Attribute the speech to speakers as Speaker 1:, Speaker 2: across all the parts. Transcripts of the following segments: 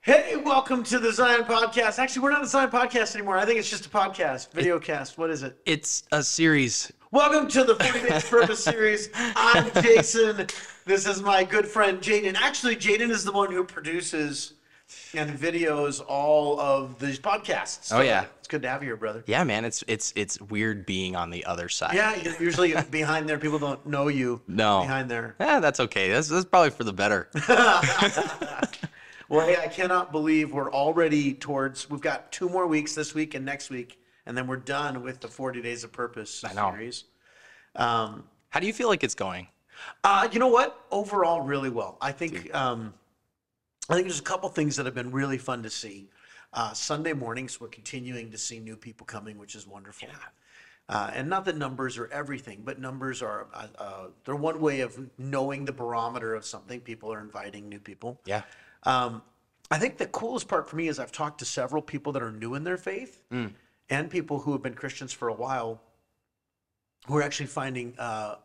Speaker 1: Hey, welcome to the Zion Podcast. Actually, we're not a Zion Podcast anymore. I think it's just a podcast, video cast. What is it?
Speaker 2: It's a series.
Speaker 1: Welcome to the 40 Days Purpose series. I'm Jason. This is my good friend Jaden. Actually, Jaden is the one who produces and videos all of these podcasts.
Speaker 2: Oh, yeah.
Speaker 1: It's good to have you here, brother.
Speaker 2: Yeah, man, it's it's it's weird being on the other side.
Speaker 1: Yeah, you're usually behind there. People don't know you.
Speaker 2: No.
Speaker 1: Behind there.
Speaker 2: Yeah, that's okay. That's that's probably for the better.
Speaker 1: Well, hey, I cannot believe we're already towards, we've got two more weeks this week and next week, and then we're done with the 40 Days of Purpose
Speaker 2: know.
Speaker 1: series. Um,
Speaker 2: How do you feel like it's going?
Speaker 1: Uh, you know what? Overall, really well. I think um, I think there's a couple things that have been really fun to see. Uh, Sunday mornings, we're continuing to see new people coming, which is wonderful. Uh, and not that numbers are everything, but numbers are uh, uh, they're one way of knowing the barometer of something. People are inviting new people.
Speaker 2: Yeah.
Speaker 1: Um, I think the coolest part for me is I've talked to several people that are new in their faith and people who have been Christians for a while who are actually finding uh,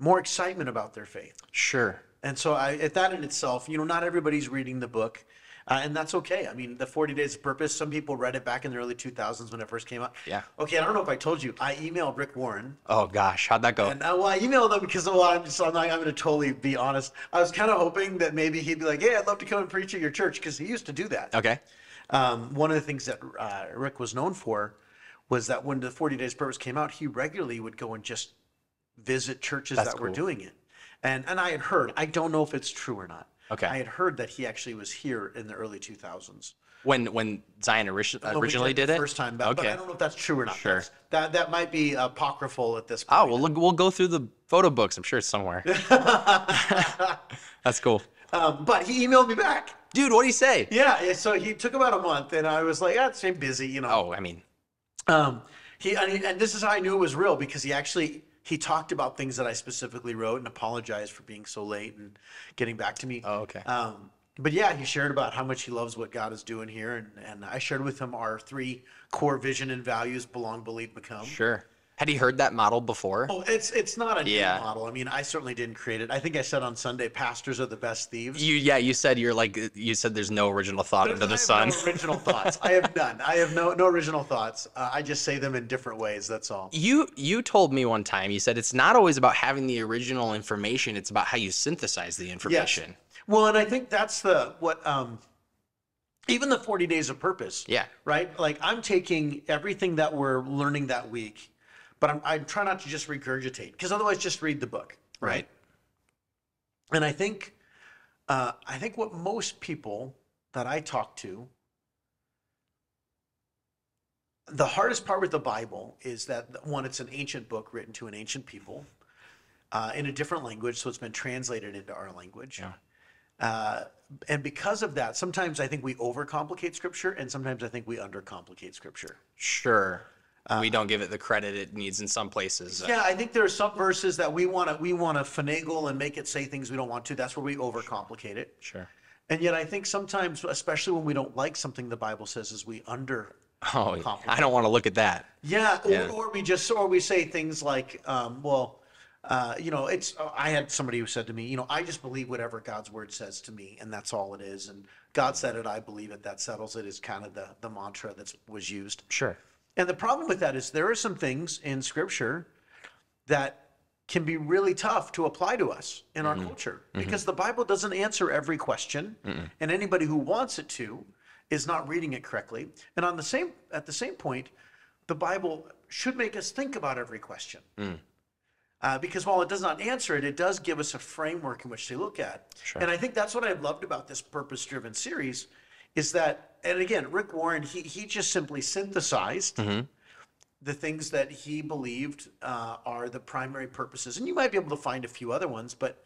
Speaker 1: more excitement about their faith.
Speaker 2: Sure.
Speaker 1: And so, I, at that in itself, you know, not everybody's reading the book. Uh, and that's okay. I mean, the 40 Days of Purpose, some people read it back in the early 2000s when it first came out.
Speaker 2: Yeah.
Speaker 1: Okay, I don't know if I told you, I emailed Rick Warren
Speaker 2: Oh gosh, how'd that go?
Speaker 1: and uh, well, I emailed him because well, I'm just I'm, not, I'm going to totally be honest. I was kind of hoping that maybe he'd be like, "Hey, I'd love to come and preach at your church," because he used to do that.
Speaker 2: Okay.
Speaker 1: Um, one of the things that uh, Rick was known for was that when the 40 Days Purpose came out, he regularly would go and just visit churches
Speaker 2: That's
Speaker 1: that were
Speaker 2: cool.
Speaker 1: doing it. And and I had heard, I don't know if it's true or not.
Speaker 2: Okay.
Speaker 1: I had heard that he actually was here in the early 2000s.
Speaker 2: When when Zion origi-
Speaker 1: when we
Speaker 2: originally did
Speaker 1: the
Speaker 2: it?
Speaker 1: first time back, but I
Speaker 2: Okay.
Speaker 1: don't know if that's true or not.
Speaker 2: Sure.
Speaker 1: That's- That that might be apocryphal at this point.
Speaker 2: Oh, well, look, we'll go through the photo books. I'm sure it's somewhere. that's cool.
Speaker 1: Um, but he emailed me back.
Speaker 2: Dude, what do you say?
Speaker 1: Yeah, yeah, so he took about a month, and I was like, "Ah, it's busy," you know.
Speaker 2: Oh, I mean,
Speaker 1: Um, he and, he- and this is how I knew it was real because he actually he talked about things that I specifically wrote and apologized for being so late and getting back to me.
Speaker 2: Oh, okay.
Speaker 1: Um, but yeah, he shared about how much he loves what God is doing here, and and I shared with him our three core vision and values: belong, believe, become.
Speaker 2: sure. Had he heard that model before?
Speaker 1: Oh, it's it's not a new
Speaker 2: Yeah.
Speaker 1: model. I mean, I certainly didn't create it. I think I said on Sunday, pastors are the best thieves.
Speaker 2: You yeah, you said you're like you said there's no original thought under the
Speaker 1: I
Speaker 2: sun.
Speaker 1: have No original thoughts. I have none. I have no no original thoughts. Uh, I just say them in different ways. That's all.
Speaker 2: You you told me one time you said it's not always about having the original information, it's about how you synthesize the information.
Speaker 1: Well, and I think that's the what um, even the forty days of purpose.
Speaker 2: Yeah.
Speaker 1: Right. Like I'm taking everything that we're learning that week, but I'm I try not to just regurgitate because otherwise just read the book.
Speaker 2: Right.
Speaker 1: And I think, uh, I think what most people that I talk to, the hardest part with the Bible is that one, it's an ancient book written to an ancient people uh, in a different language, so it's been translated into our language.
Speaker 2: Yeah.
Speaker 1: Uh, and because of that, sometimes I think we overcomplicate scripture, and sometimes I think we undercomplicate scripture.
Speaker 2: Sure. we don't give it the credit it needs in some places.
Speaker 1: Uh, Yeah, I think there are some verses that we want to we want to finagle and make it say things we don't want to. That's where we overcomplicate it.
Speaker 2: Sure.
Speaker 1: And yet, I think sometimes, especially when we don't like something the Bible says, is we under.
Speaker 2: Oh, I don't want to look at that.
Speaker 1: Yeah, or,
Speaker 2: Yeah.
Speaker 1: or we just, or we say things like, um, well, uh, you know, it's. I had somebody who said to me, you know, I just believe whatever God's word says to me, and that's all it is. And God said it, I believe it. That settles it. Is kind of the the mantra that was used.
Speaker 2: Sure.
Speaker 1: And the problem with that is there are some things in Scripture that can be really tough to apply to us in our culture because the Bible doesn't answer every question, and anybody who wants it to is not reading it correctly. And on the same at the same point, the Bible should make us think about every question. Uh, because while it does not answer it, it does give us a framework in which to look at.
Speaker 2: Sure.
Speaker 1: And I think that's what I've loved about this purpose-driven series, is that, and again, Rick Warren, he he just simply synthesized the things that he believed uh, are the primary purposes, and you might be able to find a few other ones. But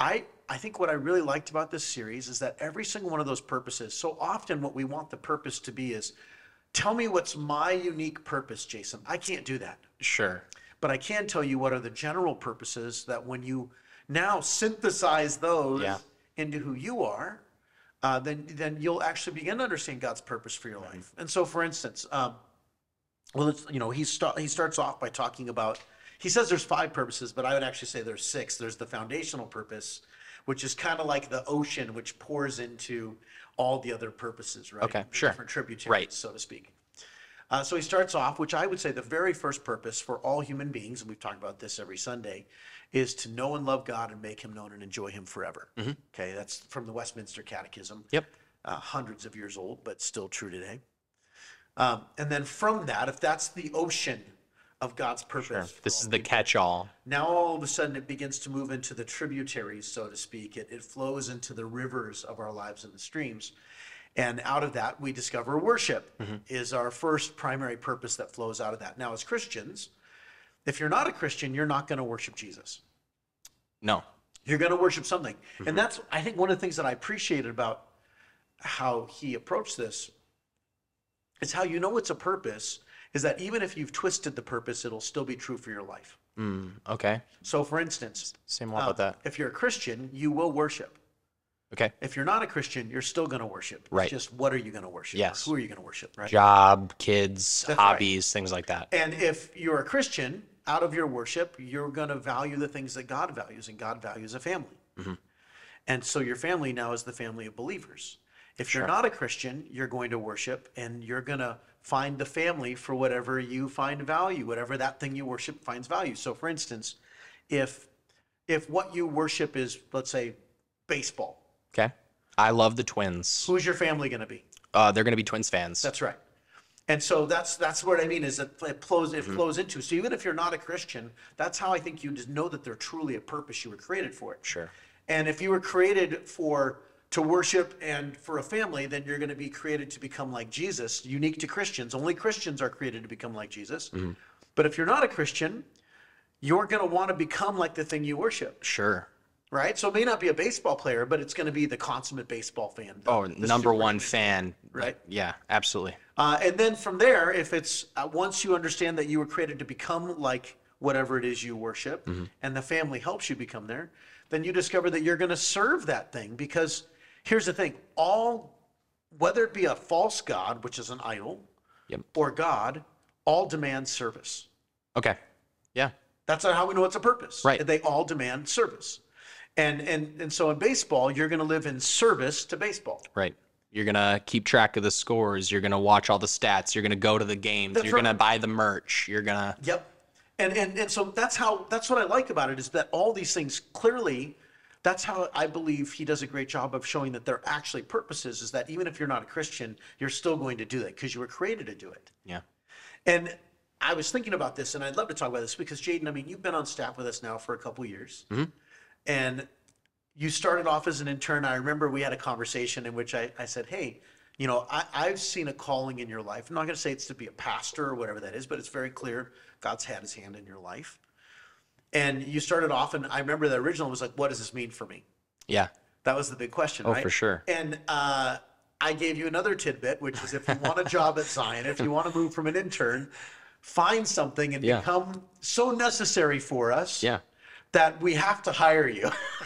Speaker 1: I I think what I really liked about this series is that every single one of those purposes. So often, what we want the purpose to be is, tell me what's my unique purpose, Jason. I can't do that.
Speaker 2: Sure.
Speaker 1: But I can tell you what are the general purposes that when you now synthesize those
Speaker 2: Yeah.
Speaker 1: into who you are, uh, then then you'll actually begin to understand God's purpose for your life. And so, for instance, um, well, it's, you know, he start, he starts off by talking about he says there's five purposes, but I would actually say there's six. There's the foundational purpose, which is kind of like the ocean, which pours into all the other purposes, right?
Speaker 2: Okay,
Speaker 1: The
Speaker 2: sure.
Speaker 1: Different tributaries,
Speaker 2: Right.
Speaker 1: so to speak. Uh, so he starts off, which I would say the very first purpose for all human beings, and we've talked about this every Sunday, is to know and love God and make Him known and enjoy Him forever. Okay, that's from the Westminster Catechism
Speaker 2: Yep.
Speaker 1: uh, hundreds of years old, but still true today. Um, and then from that, if that's the ocean of God's purpose, for
Speaker 2: This
Speaker 1: all-
Speaker 2: is the catch-all.
Speaker 1: now all of a sudden it begins to move into the tributaries, so to speak. It, it flows into the rivers of our lives and the streams. And out of that, we discover worship is our first primary purpose that flows out of that. Now, as Christians, if you're not a Christian, you're not going to worship Jesus
Speaker 2: No.
Speaker 1: you're going to worship something and that's i think one of the things that i appreciated about how he approached this is how you know it's a purpose is that even if you've twisted the purpose it'll still be true for your life
Speaker 2: Mm, okay.
Speaker 1: so for instance
Speaker 2: Say more about
Speaker 1: uh,
Speaker 2: that.
Speaker 1: if you're a christian you will worship
Speaker 2: Okay.
Speaker 1: if you're not a christian you're still going to worship It's
Speaker 2: Right.
Speaker 1: just what are you going to worship or
Speaker 2: Yes.
Speaker 1: who are you going to worship right
Speaker 2: Job, kids,
Speaker 1: That's right.
Speaker 2: hobbies, things like that.
Speaker 1: and if you're a christian out of your worship you're going to value the things that god values and god values a family
Speaker 2: Mm-hmm.
Speaker 1: And so your family now is the family of believers. If you're not a Christian, you're going to worship and you're going to find the family for whatever you find value, whatever that thing you worship finds value. So for instance, if if what you worship is let's say baseball,
Speaker 2: Okay. I love the Twins.
Speaker 1: who's your family going to be?
Speaker 2: Uh, they're going to be Twins fans.
Speaker 1: That's right. And so that's that's what I mean is that it flows it flows into. So even if you're not a Christian, that's how I think you just know that they're truly a purpose you were created for it.
Speaker 2: sure.
Speaker 1: And if you were created for to worship and for a family, then you're going to be created to become like Jesus, unique to Christians. Only Christians are created to become like Jesus. But if you're not a Christian, you're going to want to become like the thing you worship,
Speaker 2: Sure.
Speaker 1: right? So it may not be a baseball player, but it's going to be the consummate baseball fan. the-
Speaker 2: Oh,
Speaker 1: the
Speaker 2: number
Speaker 1: super-
Speaker 2: one fan.
Speaker 1: Right.
Speaker 2: Yeah, absolutely.
Speaker 1: Uh, and then from there, if it's uh, once you understand that you were created to become like whatever it is you worship,
Speaker 2: Mm-hmm.
Speaker 1: and the family helps you become there, then you discover that you're going to serve that thing. Because here's the thing all, whether it be a false God, which is an idol,
Speaker 2: Yep.
Speaker 1: or God, all demand service.
Speaker 2: Okay. Yeah.
Speaker 1: That's how we know it's a purpose.
Speaker 2: Right.
Speaker 1: They all demand service. And, and, and so in baseball, you're going to live in service to baseball.
Speaker 2: Right. You're going to keep track of the scores. You're going to watch all the stats. You're going to go to the games.
Speaker 1: That's
Speaker 2: you're
Speaker 1: right.
Speaker 2: going to buy the merch. You're going to.
Speaker 1: Yep. And, and and so that's how that's what I like about it is that all these things clearly that's how I believe he does a great job of showing that they're actually purposes is that even if you're not a Christian, you're still going to do that because you were created to do it.
Speaker 2: Yeah.
Speaker 1: And I was thinking about this, and I'd love to talk about this because Jaden, I mean, you've been on staff with us now for a couple years, and you started off as an intern. I remember we had a conversation in which I, I said, "Hey, you know, I, I've seen a calling in your life. I'm not going to say it's to be a pastor or whatever that is, but it's very clear God's had His hand in your life." And you started off, and I remember the original was like, "What does this mean for me?"
Speaker 2: Yeah.
Speaker 1: That was the big question, right?
Speaker 2: Oh, for sure.
Speaker 1: And uh, I gave you another tidbit, which is if you want a job at Zion, if you want to move from an intern, find something and
Speaker 2: Yeah.
Speaker 1: become so necessary for us
Speaker 2: Yeah.
Speaker 1: that we have to hire you.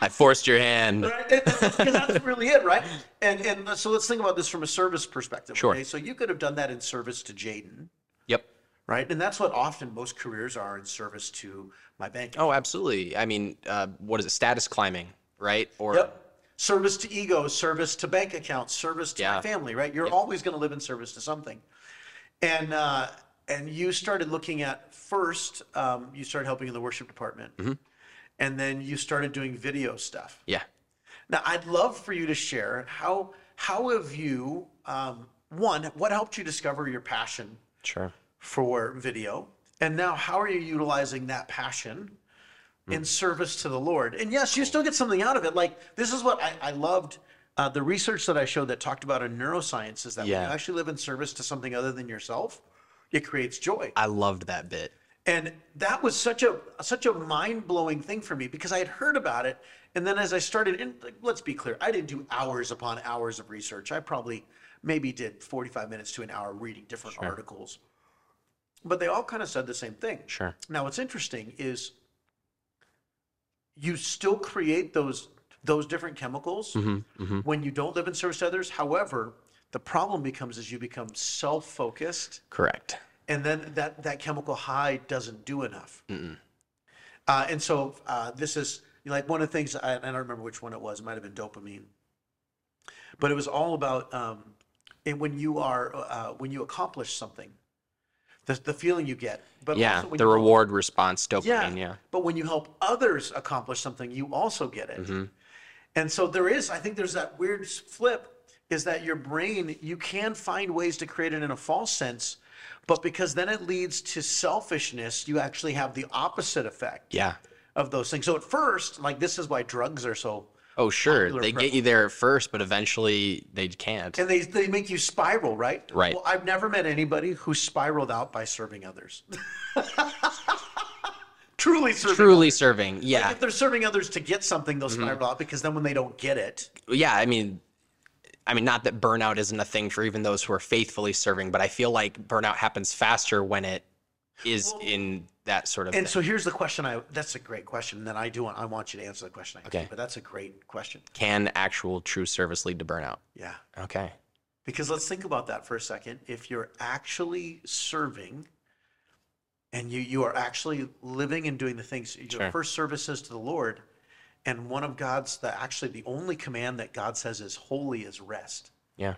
Speaker 2: I forced your hand.
Speaker 1: Because that's really it, right? And and so let's think about this from a service perspective.
Speaker 2: Sure.
Speaker 1: Okay, so you could have done that in service to Jaden,
Speaker 2: Yep.
Speaker 1: right? And that's what often most careers are in service to my bank.
Speaker 2: Oh, absolutely. I mean, uh, what is it? Status climbing, right? Or
Speaker 1: Yep. Service to ego, service to bank accounts, service to my
Speaker 2: Yeah.
Speaker 1: family, right? You're always going to live in service to something. And uh, and you started looking at first, um, you started helping in the worship department, and then you started doing video stuff.
Speaker 2: yeah.
Speaker 1: Now, I'd love for you to share how how have you um, one what helped you discover your passion
Speaker 2: Sure.
Speaker 1: for video, and now how are you utilizing that passion in service to the Lord? And yes, you still get something out of it. Like this is what I, I loved. Uh, the research that I showed that talked about in neuroscience is that when
Speaker 2: Yeah.
Speaker 1: you actually live in service to something other than yourself, it creates joy.
Speaker 2: I loved that bit.
Speaker 1: And that was such a such a mind blowing thing for me because I had heard about it, and then as I started, and like, let's be clear, I didn't do hours upon hours of research. I probably maybe did forty five minutes to an hour reading different articles, but they all kind of said the same thing.
Speaker 2: Sure.
Speaker 1: Now, what's interesting is you still create those those different chemicals when you don't live in service to others. However, the problem becomes is you become self focused
Speaker 2: Correct.
Speaker 1: and then that that chemical high doesn't do enough. Uh, and so uh, this is like one of the things I, I don't remember which one it was. It might have been dopamine, but it was all about um, and when you are uh, when you accomplish something, the the feeling you get. But
Speaker 2: yeah,
Speaker 1: also when
Speaker 2: the
Speaker 1: you help-
Speaker 2: reward response dopamine. Yeah.
Speaker 1: but when you help others accomplish something, you also get it.
Speaker 2: Mm-hmm.
Speaker 1: And so there is, I think there's that weird s- flip is that your brain, you can find ways to create it in a false sense, but because then it leads to selfishness, you actually have the opposite effect
Speaker 2: Yeah.
Speaker 1: of those things. So at first, like this is why drugs are so
Speaker 2: Oh, sure.
Speaker 1: Popular
Speaker 2: They get you there at first, but eventually they can't.
Speaker 1: and they they make you spiral, right?
Speaker 2: Right.
Speaker 1: Well, I've never met anybody who spiraled out by serving others. Truly serving
Speaker 2: Truly serving. Yeah.
Speaker 1: if they're serving others to get something, they'll
Speaker 2: Mm-hmm.
Speaker 1: spiral out because then when they don't get it,
Speaker 2: yeah, I mean, I mean, not that burnout isn't a thing for even those who are faithfully serving, but I feel like burnout happens faster when it is in that sort of.
Speaker 1: And
Speaker 2: thing.
Speaker 1: so here's the question. I that's a great question. That I do want. I want you to answer the question. I
Speaker 2: Okay.
Speaker 1: But that's a great question.
Speaker 2: Can actual true service lead to burnout?
Speaker 1: Yeah.
Speaker 2: Okay.
Speaker 1: Because let's think about that for a second. If you're actually serving, and you you are actually living and doing the things your
Speaker 2: Sure.
Speaker 1: first service is to the Lord, and one of God's the actually the only command that God says is holy is rest.
Speaker 2: Yeah.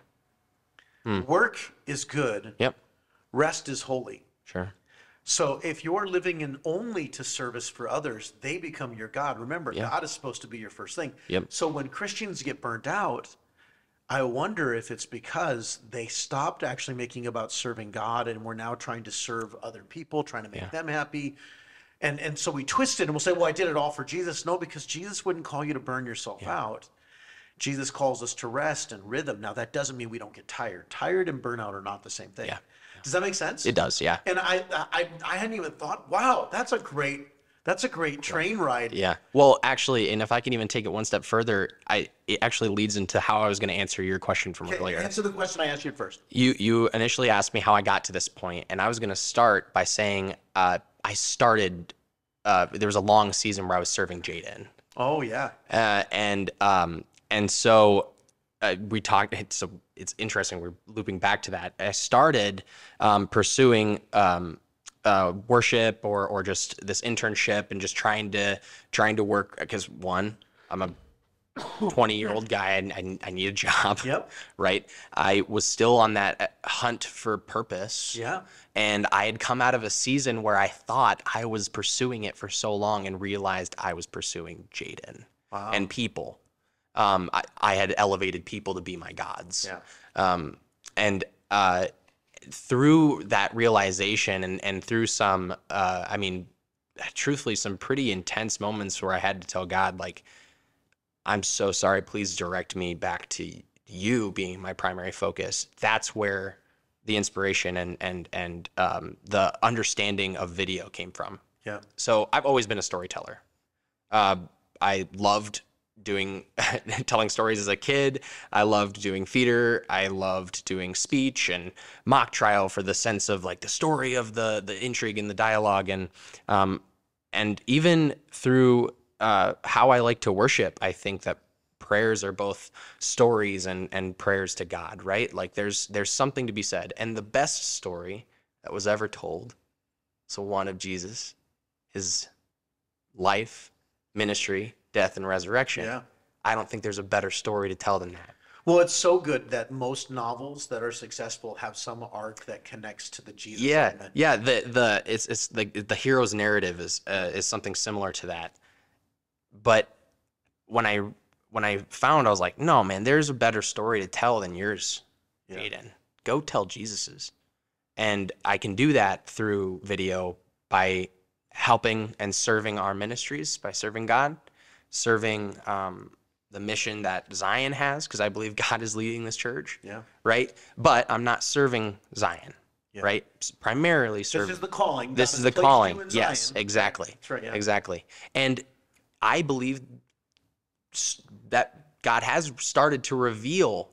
Speaker 2: Hmm.
Speaker 1: Work is good.
Speaker 2: Yep.
Speaker 1: Rest is holy.
Speaker 2: Sure.
Speaker 1: So if you're living in only to service for others, they become your God. Remember, God is supposed to be your first thing.
Speaker 2: Yep.
Speaker 1: So when Christians get burnt out, I wonder if it's because they stopped actually making about serving God and we're now trying to serve other people, trying to make them happy. And and so we twist it and we'll say, Well, I did it all for Jesus. No, because Jesus wouldn't call you to burn yourself out. Jesus calls us to rest and rhythm. Now that doesn't mean we don't get tired. Tired and burnout are not the same thing. Does that make sense?
Speaker 2: It does. Yeah.
Speaker 1: and I, I I hadn't even thought. Wow, that's a great that's a great train ride.
Speaker 2: Yeah. Well, actually, and if I can even take it one step further, I it actually leads into how I was going to answer your question from earlier.
Speaker 1: Answer the question I asked you first.
Speaker 2: you you initially asked me how I got to this point, and I was going to start by saying uh, I started. Uh, there was a long season where I was serving Jaden.
Speaker 1: Oh yeah,
Speaker 2: uh, and um, and so uh, we talked. It's so it's interesting. We're looping back to that. I started um, pursuing um, uh, worship or or just this internship and just trying to trying to work because one, I'm a 20 year old guy and I, I need a job.
Speaker 1: Yep.
Speaker 2: Right. I was still on that uh, hunt for purpose.
Speaker 1: Yeah.
Speaker 2: And I had come out of a season where I thought I was pursuing it for so long and realized I was pursuing Jaden
Speaker 1: Wow.
Speaker 2: and people. Um, I, I had elevated people to be my gods.
Speaker 1: yeah.
Speaker 2: Um, and uh, through that realization and, and through some, uh, I mean, truthfully, some pretty intense moments where I had to tell God, like, I'm so sorry, please direct me back to you being my primary focus. That's where the inspiration and, and, and um, the understanding of video came from
Speaker 1: Yeah.
Speaker 2: so I've always been a storyteller. Uh, I loved doing telling stories as a kid. I loved doing theater. I loved doing speech and mock trial for the sense of like the story of the the intrigue and the dialogue and um, and even through uh, how I like to worship, I think that prayers are both stories and and prayers to God, right? Like there's there's something to be said, and the best story that was ever told is the one of Jesus, his life, ministry, death, and resurrection.
Speaker 1: Yeah.
Speaker 2: I don't think there's a better story to tell than that.
Speaker 1: Well, it's so good that most novels that are successful have some arc that connects to the Jesus.
Speaker 2: Yeah,
Speaker 1: element.
Speaker 2: yeah. The the it's it's the the hero's narrative is uh, is something similar to that. But when I when I found, I was like, no, man, there's a better story to tell than yours,
Speaker 1: Yeah.
Speaker 2: Jaden. Go tell Jesus's, and I can do that through video by helping and serving our ministries by serving God, serving um, the mission that Zion has, because I believe God is leading this church
Speaker 1: Yeah.
Speaker 2: right? But I'm not serving Zion,
Speaker 1: Yeah.
Speaker 2: right? S- Primarily
Speaker 1: This
Speaker 2: serving.
Speaker 1: is the calling. God
Speaker 2: This
Speaker 1: has
Speaker 2: is the
Speaker 1: placed you
Speaker 2: calling.
Speaker 1: in
Speaker 2: Yes,
Speaker 1: Zion.
Speaker 2: exactly.
Speaker 1: That's right, yeah.
Speaker 2: Exactly. And I believe s- that God has started to reveal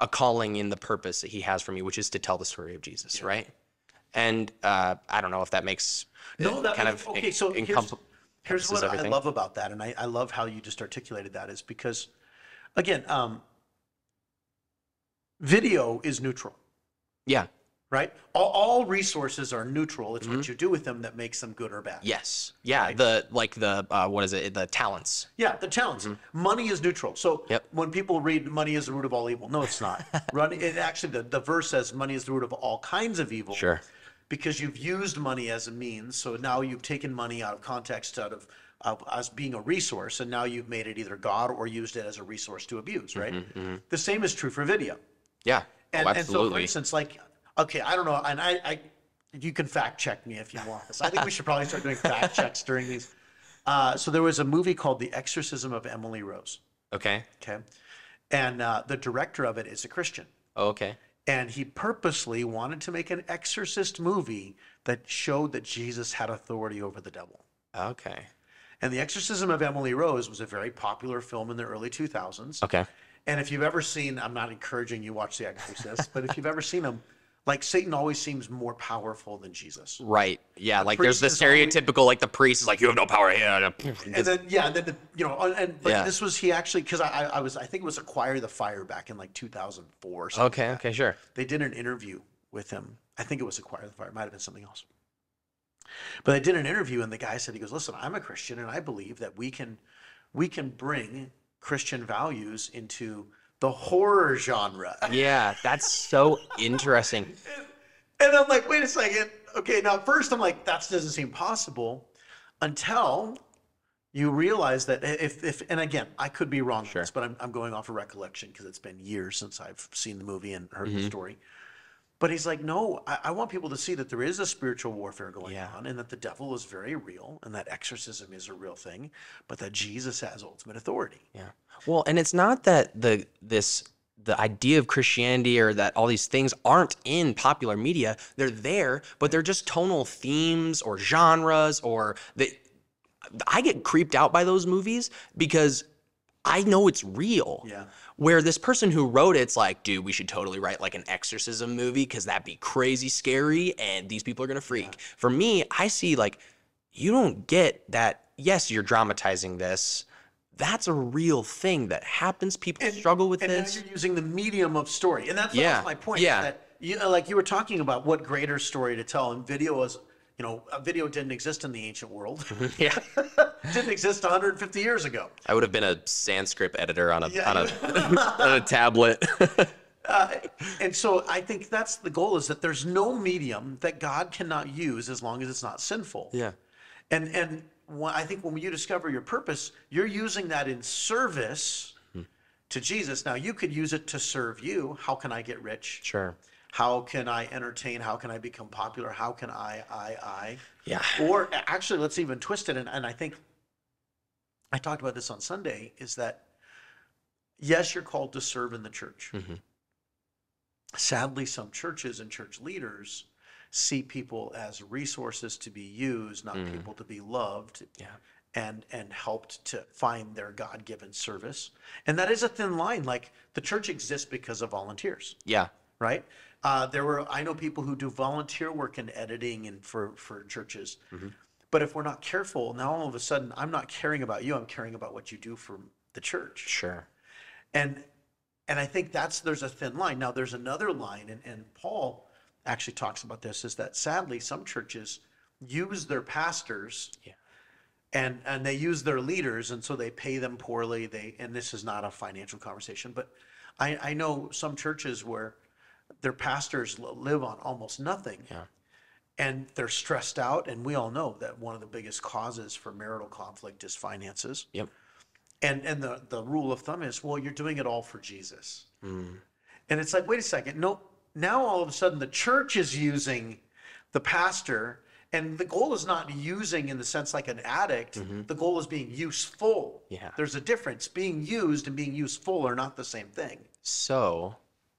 Speaker 2: a calling in the purpose that He has for me, which is to tell the story of Jesus, right? And uh, I don't know if that makes
Speaker 1: No,
Speaker 2: it
Speaker 1: that
Speaker 2: kind
Speaker 1: makes-
Speaker 2: of
Speaker 1: okay. So
Speaker 2: en-
Speaker 1: here's,
Speaker 2: encom-
Speaker 1: here's what I
Speaker 2: everything.
Speaker 1: love about that, and I, I love how you just articulated that is because, again, um, video is neutral.
Speaker 2: yeah,
Speaker 1: right? All, all resources are neutral. It's what you do with them that makes them good or bad.
Speaker 2: Yes. Mm-hmm. Yeah. The like the uh, what is it? The talents.
Speaker 1: Yeah, the talents. Money is neutral. So
Speaker 2: Mm-hmm. Yep.
Speaker 1: when people read money is the root of all evil, no, it's not. Run, it actually, the, the verse says money is the root of all kinds of evil.
Speaker 2: Sure.
Speaker 1: Because you've used money as a means. So now you've taken money out of context, out of, of us being a resource, and now you've made it either God or used it as a resource to abuse, right?
Speaker 2: Mm-hmm,
Speaker 1: The same is true for video.
Speaker 2: Yeah.
Speaker 1: And,
Speaker 2: oh,
Speaker 1: and so, for
Speaker 2: absolutely.
Speaker 1: instance, like, okay, I don't know, and I, I, you can fact check me if you want this. I think we should probably start doing fact checks during these. Uh, so there was a movie called The Exorcism of Emily Rose.
Speaker 2: okay.
Speaker 1: Okay, and uh, the director of it is a Christian,
Speaker 2: Oh, okay.
Speaker 1: and he purposely wanted to make an exorcist movie that showed that Jesus had authority over the devil.
Speaker 2: Okay.
Speaker 1: And The Exorcism of Emily Rose was a very popular film in the early 2000s.
Speaker 2: Okay.
Speaker 1: And if you've ever seen, I'm not encouraging you watch The Exorcist, but if you've ever seen him, like Satan always seems more powerful than Jesus.
Speaker 2: Right. Yeah. like there's
Speaker 1: priest
Speaker 2: the
Speaker 1: is always-
Speaker 2: stereotypical like the priest is like you have no power here.
Speaker 1: And then yeah, and then the, you know, and- and but
Speaker 2: Yeah.
Speaker 1: this was he actually because I I- I was I think it was Acquire the Fire back in like 2004. Or something.
Speaker 2: Okay. Okay. Sure.
Speaker 1: They did an interview with him. I think it was Acquire the Fire. It might have been something else. But they did an interview and the guy said he goes, listen, I'm a Christian and I believe that we can we can bring Christian values into the horror genre.
Speaker 2: Yeah. That's so interesting.
Speaker 1: And I'm like, wait a second. Okay, now first I'm like, that doesn't seem possible until you realize that if, if and again, I could be wrong on this, but I'm, I'm going off of recollection because it's been years since I've seen the movie and heard the story. But he's like, no, I, I want people to see that there is a spiritual warfare going
Speaker 2: Yeah.
Speaker 1: on and that the devil is very real and that exorcism is a real thing, but that Jesus has ultimate authority.
Speaker 2: Yeah. Well, and it's not that the this the idea of Christianity or that all these things aren't in popular media. They're there, but they're just tonal themes or genres or the I get creeped out by those movies because I know it's real.
Speaker 1: Yeah.
Speaker 2: Where this person who wrote it's like, dude, we should totally write like an exorcism movie because that'd be crazy scary and these people are gonna freak. For me, I see like you don't get that. Yes, you're dramatizing this. That's a real thing that happens. People struggle with
Speaker 1: and now
Speaker 2: this.
Speaker 1: you're using the medium of story, and that's,
Speaker 2: Yeah,
Speaker 1: that's my point.
Speaker 2: yeah.
Speaker 1: Is that you, like you were talking about what greater story to tell, and video was, you know, a video didn't exist in the ancient world.
Speaker 2: Yeah,
Speaker 1: didn't exist 150 years ago.
Speaker 2: I would have been a Sanskrit editor on a
Speaker 1: Yeah,
Speaker 2: on a, on a tablet.
Speaker 1: Uh, and so I think that's the goal: is that there's no medium that God cannot use as long as it's not sinful.
Speaker 2: yeah,
Speaker 1: And and when, I think when you discover your purpose, you're using that in service
Speaker 2: Hmm.
Speaker 1: to Jesus. Now you could use it to serve you. How can I get rich?
Speaker 2: sure.
Speaker 1: how can I entertain? How can I become popular? How can I, I,
Speaker 2: Yeah,
Speaker 1: I? Or a- actually, let's even twist it. And, and I think I talked about this on Sunday is that, yes, you're called to serve in the church.
Speaker 2: Mhm.
Speaker 1: Sadly, some churches and church leaders see people as resources to be used, not people to be loved
Speaker 2: yeah,
Speaker 1: and and helped to find their God-given service. And that is a thin line. Like the church exists because of volunteers
Speaker 2: yeah.
Speaker 1: right? Uh, there were I know people who do volunteer work in editing and for for churches.
Speaker 2: Mm-hmm.
Speaker 1: But if we're not careful, now all of a sudden I'm not caring about you. I'm caring about what you do for the church.
Speaker 2: Sure.
Speaker 1: And and I think that's there's a thin line. Now there's another line, and, and Paul actually talks about this, is that sadly some churches use their pastors
Speaker 2: Yeah.
Speaker 1: and and they use their leaders and so they pay them poorly. They and this is not a financial conversation, but I, I know some churches where their pastors li- live on almost nothing.
Speaker 2: Yeah.
Speaker 1: And they're stressed out, and we all know that one of the biggest causes for marital conflict is finances
Speaker 2: Yep.
Speaker 1: and and the the rule of thumb is well you're doing it all for jesus
Speaker 2: Mm.
Speaker 1: and it's like wait a second no now all of a sudden the church is using the pastor and the goal is not using in the sense like an addict the goal is being useful
Speaker 2: Mm-hmm. Yeah.
Speaker 1: there's a difference being used and being useful are not the same thing
Speaker 2: So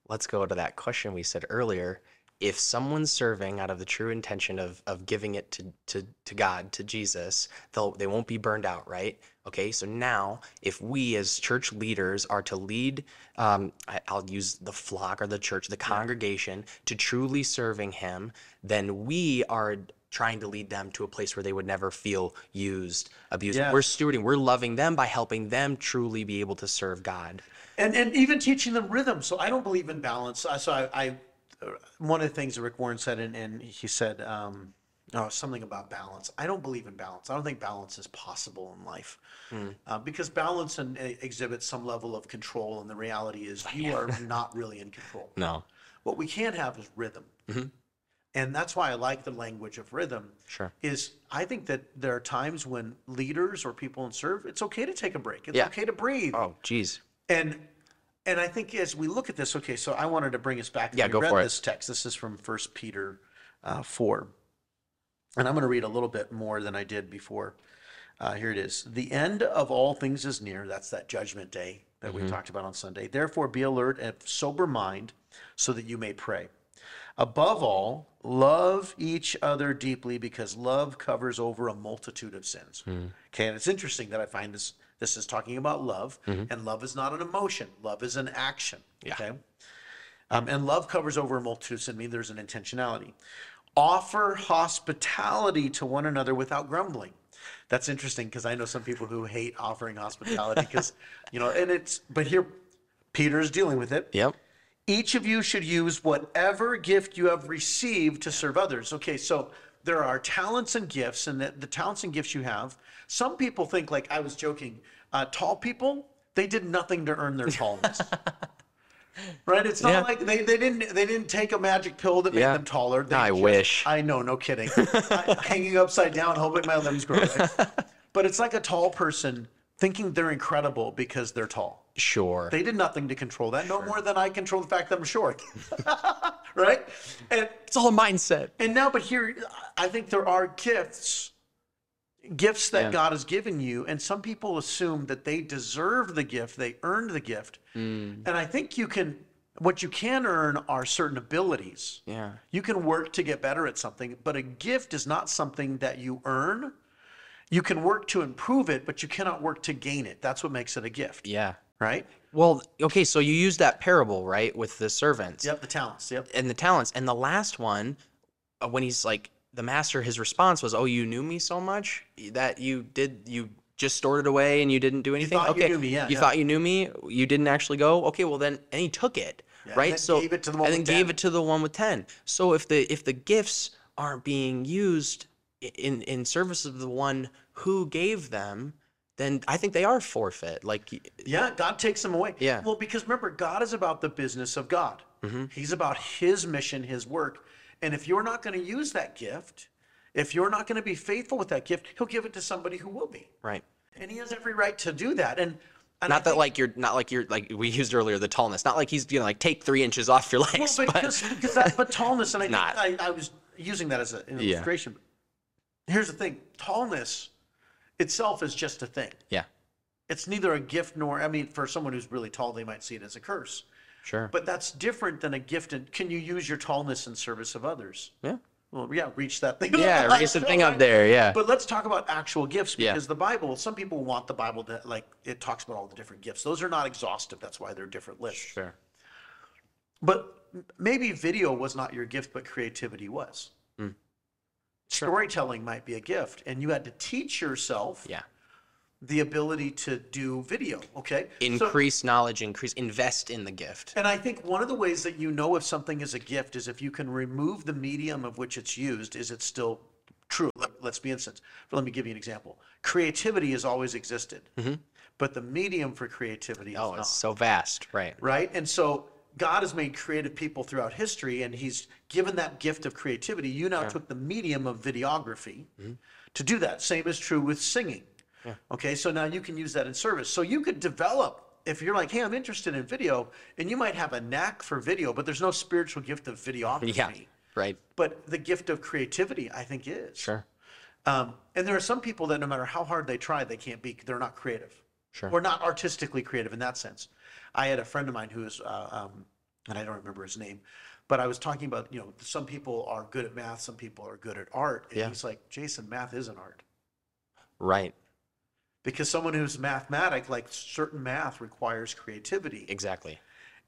Speaker 2: let's go to that question we said earlier. If someone's serving out of the true intention of, of giving it to, to, to God, to Jesus, they'll, they won't be burned out, right? Okay, so now if we as church leaders are to lead, um, I, I'll use the flock or the church, the congregation, to truly serving Him, then we are trying to lead them to a place where they would never feel used, abused.
Speaker 1: Yes.
Speaker 2: We're stewarding, we're loving them by helping them truly be able to serve God.
Speaker 1: and and even teaching them rhythm so i don't believe in balance I- so i, I one of the things that Rick Warren said, and, and he said um, oh, something about balance. I don't believe in balance. I don't think balance is possible in life
Speaker 2: Hmm.
Speaker 1: uh, because balance and, uh, exhibits some level of control, and the reality is you are not really in control.
Speaker 2: No.
Speaker 1: What we can have is rhythm.
Speaker 2: Mhm.
Speaker 1: And that's why I like the language of rhythm.
Speaker 2: Sure.
Speaker 1: Is I think that there are times when leaders or people in serve, it's okay to take a break. It's
Speaker 2: Yeah.
Speaker 1: okay to breathe.
Speaker 2: Oh, geez.
Speaker 1: And and I think as we look at this, okay, so I wanted to bring us back.
Speaker 2: Yeah,
Speaker 1: we
Speaker 2: go
Speaker 1: read
Speaker 2: for it.
Speaker 1: this text. This is from First Peter uh, four, and I'm going to read a little bit more than I did before. Uh, here it is: the end of all things is near. That's that judgment day that
Speaker 2: Mm-hmm.
Speaker 1: we talked about on Sunday. Therefore, be alert and of sober mind, so that you may pray. Above all, love each other deeply because love covers over a multitude of sins. Okay, and it's interesting that I find this this is talking about love, and love is not an emotion. Love is an action.
Speaker 2: Yeah.
Speaker 1: Okay. Um, and love covers over a multitude of sins, meaning there's an intentionality. Offer hospitality to one another without grumbling. That's interesting because I know some people who hate offering hospitality because, you know, and it's, but here, Peter's dealing with it.
Speaker 2: Yep.
Speaker 1: Each of you should use whatever gift you have received to serve others. Okay, so there are talents and gifts, and the, the talents and gifts you have. Some people think, like I was joking, uh, tall people, they did nothing to earn their tallness. right? It's not
Speaker 2: Yeah.
Speaker 1: like they, they didn't they didn't take a magic pill that made
Speaker 2: Yeah.
Speaker 1: them taller. They
Speaker 2: I
Speaker 1: just-
Speaker 2: wish.
Speaker 1: I know, no kidding. I, hanging upside down, hoping my limbs grow. back. but it's like a tall person thinking they're incredible because they're tall.
Speaker 2: Sure.
Speaker 1: They did nothing to control that, no more than I control the fact that I'm short. right? And
Speaker 2: it's all a mindset.
Speaker 1: and now but here I think there are gifts gifts that
Speaker 2: Yeah.
Speaker 1: God has given you and some people assume that they deserve the gift, they earned the gift.
Speaker 2: Mm.
Speaker 1: And I think you can what you can earn are certain abilities.
Speaker 2: Yeah.
Speaker 1: You can work to get better at something, but a gift is not something that you earn. You can work to improve it, but you cannot work to gain it. That's what makes it a gift,
Speaker 2: Yeah.
Speaker 1: right?
Speaker 2: Well, okay, so you use that parable, right, with the servants
Speaker 1: Yep, the talents. Yep.
Speaker 2: and the talents. And the last one, uh, when he's like, the master, his response was, Oh, you knew me so much that you did, you just stored it away and you didn't do anything?
Speaker 1: thought you
Speaker 2: okay.
Speaker 1: knew me, yeah,
Speaker 2: You
Speaker 1: yeah.
Speaker 2: thought you knew me, you didn't actually go? Okay, well then, and he took it, right?
Speaker 1: then gave it to the one
Speaker 2: and then
Speaker 1: with
Speaker 2: gave
Speaker 1: 10.
Speaker 2: it to the one with 10. So if the, if the gifts aren't being used i- in, in service of the one who gave them, then I think they are forfeit. Like, y-
Speaker 1: Yeah, God takes them away.
Speaker 2: Yeah. Mm-hmm.
Speaker 1: Well, because remember, God is about the business of God. He's about His mission, His work. And if you're not going to use that gift, if you're not going to be faithful with that gift, He'll give it to somebody who will be.
Speaker 2: right.
Speaker 1: And He has every right to do that. And, and I
Speaker 2: not that like you're not like you're like we used earlier the tallness not like he's gonna like take three inches off your legs
Speaker 1: Well,
Speaker 2: but,
Speaker 1: but, just because that, but tallness, and I,
Speaker 2: Not.
Speaker 1: think I, I was using that as a, an
Speaker 2: Yeah.
Speaker 1: illustration. Here's the thing: tallness itself is just a thing.
Speaker 2: yeah
Speaker 1: It's neither a gift nor, I mean, for someone who's really tall, they might see it as a curse.
Speaker 2: sure
Speaker 1: But that's different than a gift. And can you use your tallness in service of others?
Speaker 2: yeah
Speaker 1: Well, yeah, reach that thing.
Speaker 2: yeah raise the thing up there yeah
Speaker 1: But let's talk about actual gifts
Speaker 2: Yeah.
Speaker 1: because the Bible, some people want the Bible to, like, it talks about all the different gifts. Those are not exhaustive. That's why they're different lists.
Speaker 2: sure
Speaker 1: But m- maybe video was not your gift, but creativity was.
Speaker 2: Hmm.
Speaker 1: Storytelling might be a gift, and you had to teach yourself
Speaker 2: yeah
Speaker 1: the ability to do video. Okay. So-
Speaker 2: increase knowledge increase invest in the gift
Speaker 1: And I think one of the ways that you know if something is a gift is if you can remove the medium of which it's used, is it still true? Let, us be instance. Let me give you an example. Creativity has always existed, but the medium for creativity
Speaker 2: oh
Speaker 1: is
Speaker 2: it's
Speaker 1: not,
Speaker 2: so vast right
Speaker 1: right? And so God has made creative people throughout history, and He's given that gift of creativity. You now took the medium of videography
Speaker 2: Mm-hmm.
Speaker 1: to do that. Same is true with singing. Okay, so now you can use that in service. So you could develop if you're like, hey, I'm interested in video, and you might have a knack for video, but there's no spiritual gift of videography.
Speaker 2: yeah right
Speaker 1: But the gift of creativity, I think, is.
Speaker 2: sure
Speaker 1: Um, and there are some people that no matter how hard they try, they can't be, they're not creative.
Speaker 2: Sure.
Speaker 1: Or not artistically creative in that sense. I had a friend of mine who is, uh, um, and I don't remember his name, but I was talking about, you know, some people are good at math, some people are good at art. And
Speaker 2: Yeah.
Speaker 1: he's like, Jason, math isn't art.
Speaker 2: right
Speaker 1: Because someone who's mathematic, like certain math requires creativity.
Speaker 2: exactly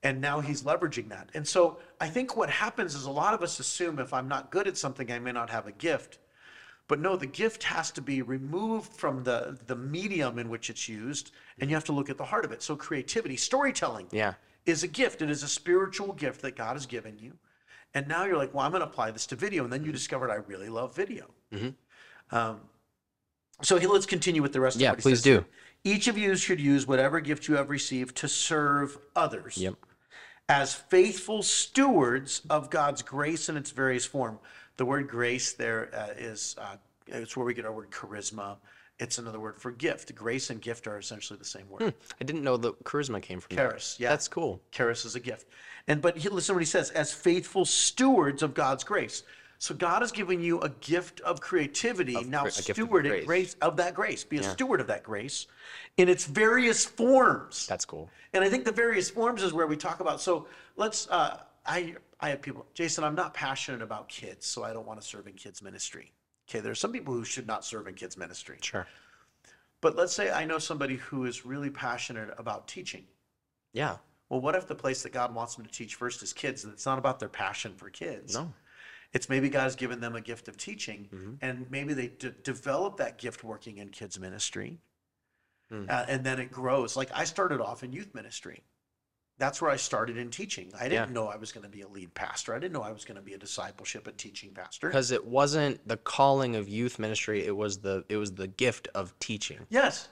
Speaker 1: And now he's leveraging that. And so I think what happens is a lot of us assume if I'm not good at something, I may not have a gift. But no, the gift has to be removed from the, the medium in which it's used, and you have to look at the heart of it. So creativity, storytelling
Speaker 2: yeah
Speaker 1: is a gift. It is a spiritual gift that God has given you. And now you're like, well, I'm going to apply this to video. And then you discovered I really love video. Um, so he, let's continue with the rest
Speaker 2: Mm-hmm. Yeah,
Speaker 1: of what he
Speaker 2: please
Speaker 1: says.
Speaker 2: do.
Speaker 1: Each of you should use whatever gift you have received to serve others
Speaker 2: Yep.
Speaker 1: as faithful stewards of God's grace in its various form. The word grace there uh, is uh, it's where we get our word charisma. It's another word for gift. Grace and gift are essentially the same word.
Speaker 2: I didn't know that charisma came from that.
Speaker 1: Charis, yeah.
Speaker 2: Hmm. That's cool.
Speaker 1: Charis is a gift. And but he, listen to what he says: as faithful stewards of God's grace. So God has given you a gift of creativity. now
Speaker 2: cre- a gift of
Speaker 1: steward
Speaker 2: grace.
Speaker 1: it, grace of that grace. Be a steward of that grace in its various forms.
Speaker 2: That's cool.
Speaker 1: And I think the various forms is where we talk about. So let's. Uh, I I have people. Jason, I'm not passionate about kids, so I don't want to serve in kids ministry. Okay, there are some people who should not serve in kids ministry.
Speaker 2: Sure.
Speaker 1: But let's say I know somebody who is really passionate about teaching.
Speaker 2: Yeah.
Speaker 1: Well, what if the place that God wants them to teach first is kids, and it's not about their passion for kids?
Speaker 2: No. Mm-hmm.
Speaker 1: It's maybe God's given them a gift of teaching, and maybe they d- develop that gift working in kids ministry,
Speaker 2: Mm.
Speaker 1: uh, and then it grows. Like I started off in youth ministry. That's where I started in teaching. I didn't
Speaker 2: Yeah.
Speaker 1: know I was going to be a lead pastor. I didn't know I was going to be a discipleship and teaching pastor.
Speaker 2: Because it wasn't the calling of youth ministry, it was the it was the gift of teaching.
Speaker 1: Yes.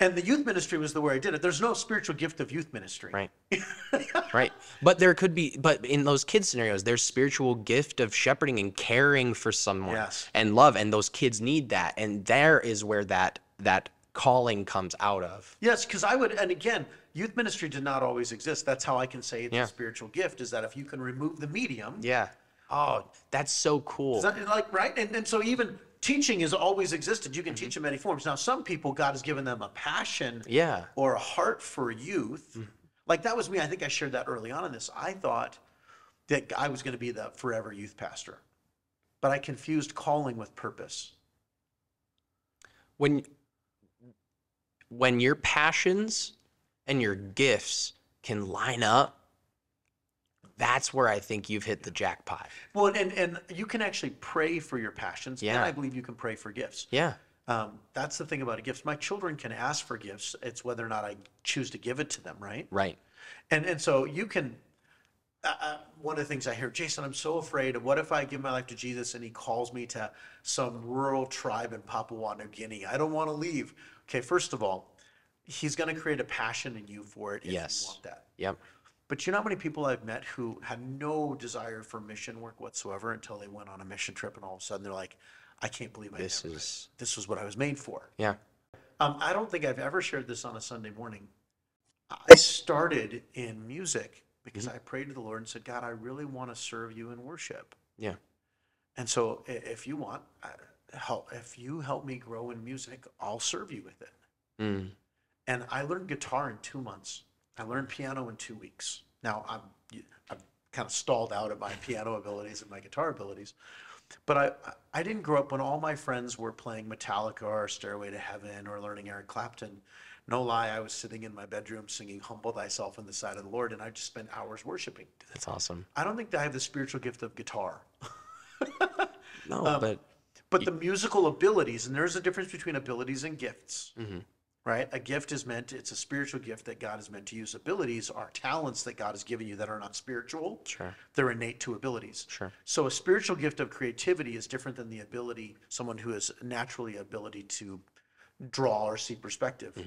Speaker 1: And the youth ministry was the way I did it. There's no spiritual gift of youth ministry.
Speaker 2: Right. right. But there could be but in those kids scenarios, there's spiritual gift of shepherding and caring for someone
Speaker 1: Yes.
Speaker 2: and love and those kids need that and there is where that that calling comes out of.
Speaker 1: Yes, because I would, and again, youth ministry did not always exist. That's how I can say it's
Speaker 2: Yeah.
Speaker 1: a spiritual gift is that if you can remove the medium,
Speaker 2: Yeah. Oh, that's so cool.
Speaker 1: it's not- like right, and, and so even teaching has always existed. You can
Speaker 2: Mm-hmm.
Speaker 1: teach in many forms. Now, some people God has given them a passion,
Speaker 2: Yeah. Mm.
Speaker 1: or a heart for youth. Like that was me. I think I shared that early on in this. I thought that I was going to be the forever youth pastor, but I confused calling with purpose.
Speaker 2: when when your passions and your gifts can line up that's where i think you've hit the jackpot
Speaker 1: Well, and and you can actually pray for your passions, and
Speaker 2: Yeah.
Speaker 1: I believe you can pray for gifts.
Speaker 2: yeah
Speaker 1: Um, that's the thing about a gift. My children can ask for gifts. It's whether or not I choose to give it to them, right?
Speaker 2: right
Speaker 1: And and so you can. Uh, uh, one of the things I hear, Jason, I'm so afraid of what if I give my life to Jesus and he calls me to some rural tribe in Papua New Guinea? I don't want to leave. Okay, first of all, he's going to create a passion in you for it if
Speaker 2: Yes.
Speaker 1: you want that.
Speaker 2: yep
Speaker 1: But you know how many people I've met who had no desire for mission work whatsoever until they went on a mission trip and all of a sudden they're like, I can't believe I
Speaker 2: this
Speaker 1: never-
Speaker 2: is
Speaker 1: this was what I was made for.
Speaker 2: yeah
Speaker 1: Um, I don't think I've ever shared this on a Sunday morning. I started in music because
Speaker 2: Mm-hmm.
Speaker 1: I prayed to the Lord and said, God, I really want to serve you in worship.
Speaker 2: yeah
Speaker 1: And so i- if you want, I- help, if you help me grow in music, I'll serve you with it.
Speaker 2: mm.
Speaker 1: And I learned guitar in two months. I learned piano in two weeks. Now I'm, I'm kind of stalled out at my piano abilities and my guitar abilities. But I, I didn't grow up when all my friends were playing Metallica or Stairway to Heaven or learning Eric Clapton. No lie, I was sitting in my bedroom singing Humble Thyself in the Sight of the Lord, and I just spent hours worshiping.
Speaker 2: that's awesome
Speaker 1: I don't think that I have the spiritual gift of guitar,
Speaker 2: no but
Speaker 1: but the musical abilities, and there's a difference between abilities and gifts,
Speaker 2: Mm-hmm.
Speaker 1: right? A gift is meant, it's a spiritual gift that God is meant to use. Abilities are talents that God has given you that are not spiritual,
Speaker 2: sure
Speaker 1: they're innate to abilities.
Speaker 2: Sure.
Speaker 1: So a spiritual gift of creativity is different than the ability someone who has naturally ability to draw or see perspective.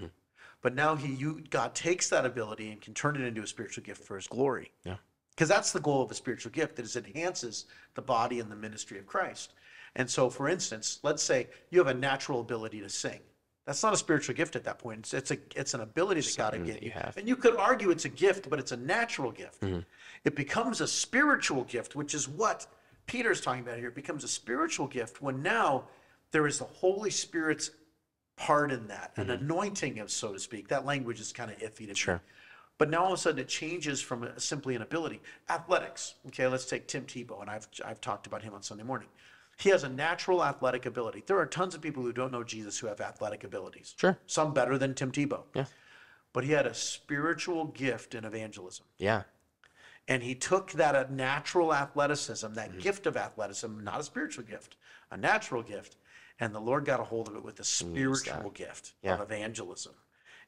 Speaker 1: But now he you God takes that ability and can turn it into a spiritual gift for his glory.
Speaker 2: Yeah.
Speaker 1: Because that's the goal of a spiritual gift that is enhances the body and the ministry of Christ. And so for instance, let's say you have a natural ability to sing. That's not a spiritual gift at that point. It's, it's a it's an ability that God has given
Speaker 2: you
Speaker 1: you.
Speaker 2: have.
Speaker 1: And you could argue it's a gift, but it's a natural gift. It becomes a spiritual gift, which is what Peter's talking about here. It becomes a spiritual gift when now there is the Holy Spirit's part in that, an
Speaker 2: Mm-hmm.
Speaker 1: anointing of, so to speak. That language is kind of iffy to sure. me. But now all of a sudden it changes from a, simply an ability. Athletics. Okay, let's take Tim Tebow, and I've I've talked about him on Sunday morning. He has a natural athletic ability. There are tons of people who don't know Jesus who have athletic abilities.
Speaker 2: Sure.
Speaker 1: Some better than Tim Tebow.
Speaker 2: Yeah.
Speaker 1: But he had a spiritual gift in evangelism.
Speaker 2: yeah
Speaker 1: And he took that uh, natural athleticism, that
Speaker 2: Mm-hmm.
Speaker 1: gift of athleticism, not a spiritual gift, a natural gift, and the Lord got a hold of it with a spiritual gift
Speaker 2: Mm, Yeah.
Speaker 1: of evangelism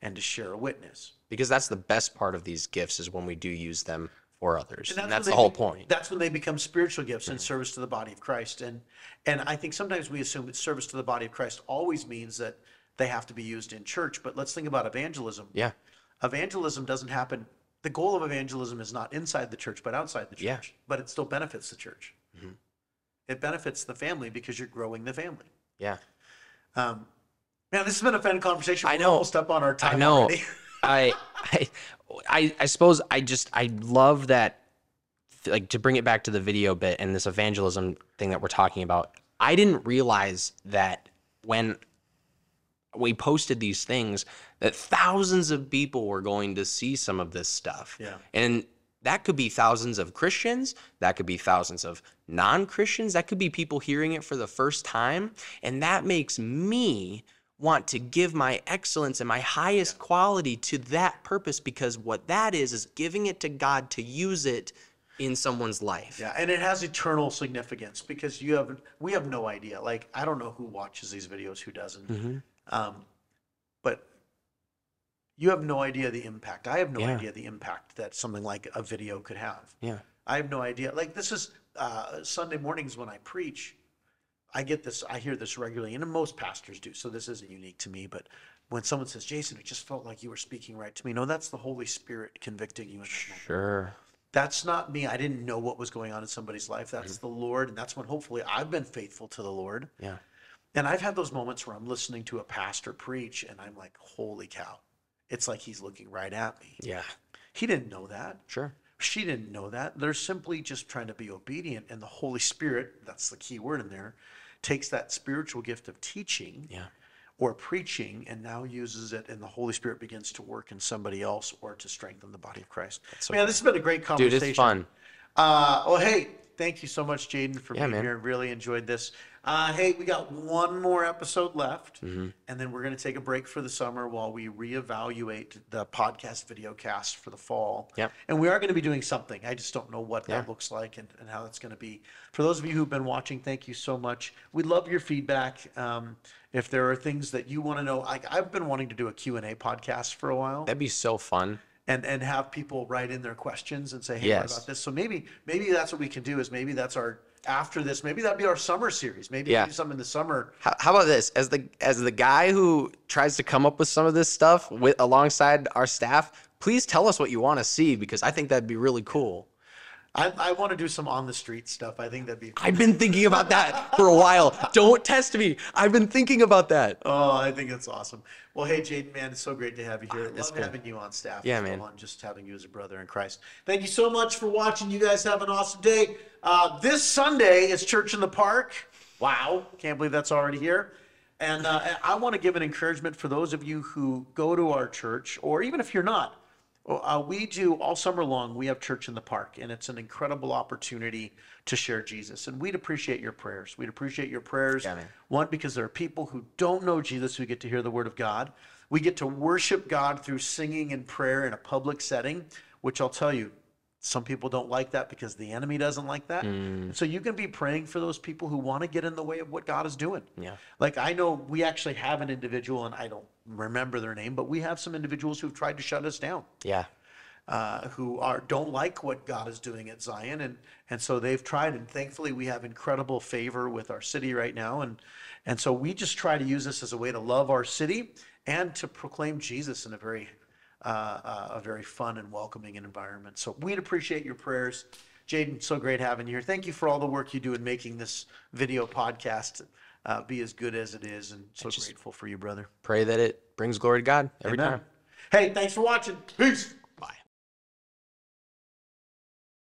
Speaker 1: and to share a witness.
Speaker 2: because that's the best part of these gifts is when we do use them for others. And that's,
Speaker 1: when
Speaker 2: the
Speaker 1: they
Speaker 2: whole
Speaker 1: be-
Speaker 2: point. Mm-hmm.
Speaker 1: That's when they become spiritual gifts and service to the body of Christ. And and I think sometimes we assume that service to the body of Christ always means that they have to be used in church. But let's think about evangelism.
Speaker 2: yeah.
Speaker 1: Evangelism doesn't happen. The goal of evangelism is not inside the church, but outside the church.
Speaker 2: Yeah. Mm-hmm.
Speaker 1: But it still benefits the church. It benefits the family because you're growing the family.
Speaker 2: Yeah.
Speaker 1: Um, man, this has been a fun conversation.
Speaker 2: I
Speaker 1: We're
Speaker 2: know.
Speaker 1: almost up on our time.
Speaker 2: I know.
Speaker 1: already.
Speaker 2: I, I, I, I suppose I just I love that, like to bring it back to the video bit and this evangelism thing that we're talking about. I didn't realize that when we posted these things that thousands of people were going to see some of this stuff.
Speaker 1: Yeah.
Speaker 2: And that could be thousands of Christians, that could be thousands of non-Christians, that could be people hearing it for the first time, and that makes me want to give my excellence and my highest quality to that purpose because what that is is giving it to God to use it in someone's life.
Speaker 1: Yeah, and it has eternal significance because you have we have no idea. Like I don't know who watches these videos, who doesn't.
Speaker 2: Mm. Mm-hmm.
Speaker 1: Um, but you have no idea the impact. I have no
Speaker 2: Yeah.
Speaker 1: idea the impact that something like a video could have.
Speaker 2: Yeah.
Speaker 1: I have no idea. Like this is uh, Sunday mornings when I preach. I get this. I hear this regularly, and most pastors do. So this isn't unique to me. But when someone says, "Jason, it just felt like you were speaking right to me," no, that's the Holy Spirit convicting you. In that moment
Speaker 2: Sure.
Speaker 1: that's not me. I didn't know what was going on in somebody's life. That's the Lord. And that's when hopefully I've been faithful to the Lord.
Speaker 2: Yeah.
Speaker 1: And I've had those moments where I'm listening to a pastor preach and I'm like, holy cow. It's like he's looking right at me.
Speaker 2: Yeah.
Speaker 1: He didn't know that.
Speaker 2: Sure.
Speaker 1: She didn't know that. They're simply just trying to be obedient. And the Holy Spirit, that's the key word in there, takes that spiritual gift of teaching
Speaker 2: Yeah.
Speaker 1: or preaching and now uses it. And the Holy Spirit begins to work in somebody else or to strengthen the body of Christ.
Speaker 2: so
Speaker 1: Man, this has been a great
Speaker 2: Dude,
Speaker 1: conversation.
Speaker 2: it's fun.
Speaker 1: Uh, well, hey, thank you so much, Jaden, for being
Speaker 2: man.
Speaker 1: here. Really enjoyed this. Uh, hey, we got one more episode left,
Speaker 2: Mm-hmm.
Speaker 1: and then we're going to take a break for the summer while we reevaluate the podcast video cast for the fall.
Speaker 2: Yep.
Speaker 1: And we are going to be doing something. I just don't know what that
Speaker 2: Yeah.
Speaker 1: looks like and, and how that's going to be. For those of you who've been watching, thank you so much. We love your feedback. Um, if there are things that you want to know, like I've been wanting to do a Q&A podcast for a while
Speaker 2: That'd be so fun.
Speaker 1: and and have people write in their questions and say, hey,
Speaker 2: Yes.
Speaker 1: what about this? So maybe maybe that's what we can do is maybe that's our after this, maybe that'd be our summer series. Maybe
Speaker 2: Yeah.
Speaker 1: we do something in the summer.
Speaker 2: How, how about this? As the as the guy who tries to come up with some of this stuff with alongside our staff, please tell us what you want to see because I think that'd be really cool.
Speaker 1: I, I want to do some on the street stuff. I think that'd be
Speaker 2: I've been thinking about that for a while. Don't test me. I've been thinking about that.
Speaker 1: oh, I think that's awesome. Well, hey Jaden, man, it's so great to have you here.
Speaker 2: that's
Speaker 1: Love
Speaker 2: good.
Speaker 1: having you on staff.
Speaker 2: Ah, Yeah,
Speaker 1: as
Speaker 2: man.
Speaker 1: well, and just having you as a brother in Christ. Thank you so much for watching. You guys have an awesome day. Uh, this Sunday is Church in the Park. Wow, can't believe that's already here. And uh, I- I want to give an encouragement for those of you who go to our church, or even if you're not. Uh, we do all summer long. We have church in the park, and it's an incredible opportunity to share Jesus. And we'd appreciate your prayers. We'd appreciate your prayers.
Speaker 2: Yeah, man.
Speaker 1: One, because there are people who don't know Jesus who get to hear the word of God. We get to worship God through singing and prayer in a public setting, which I'll tell you, some people don't like that because the enemy doesn't like that. So you can be praying for those people who want to get in the way of what God is doing.
Speaker 2: Yeah.
Speaker 1: Like I know we actually have an individual, and I don't remember their name, but we have some individuals who've tried to shut us down
Speaker 2: Yeah.
Speaker 1: uh, who are don't like what God is doing at Zion, and and so they've tried, and thankfully we have incredible favor with our city right now, and and so we just try to use this as a way to love our city and to proclaim Jesus in a very uh, uh, a very fun and welcoming environment. So we'd appreciate your prayers, Jaden. So great having you here. Thank you for all the work you do in making this video podcast uh, be as good as it is, and so grateful for you, brother.
Speaker 2: Pray that it brings glory to God every
Speaker 1: Amen.
Speaker 2: time.
Speaker 1: Hey, thanks for watching. Peace.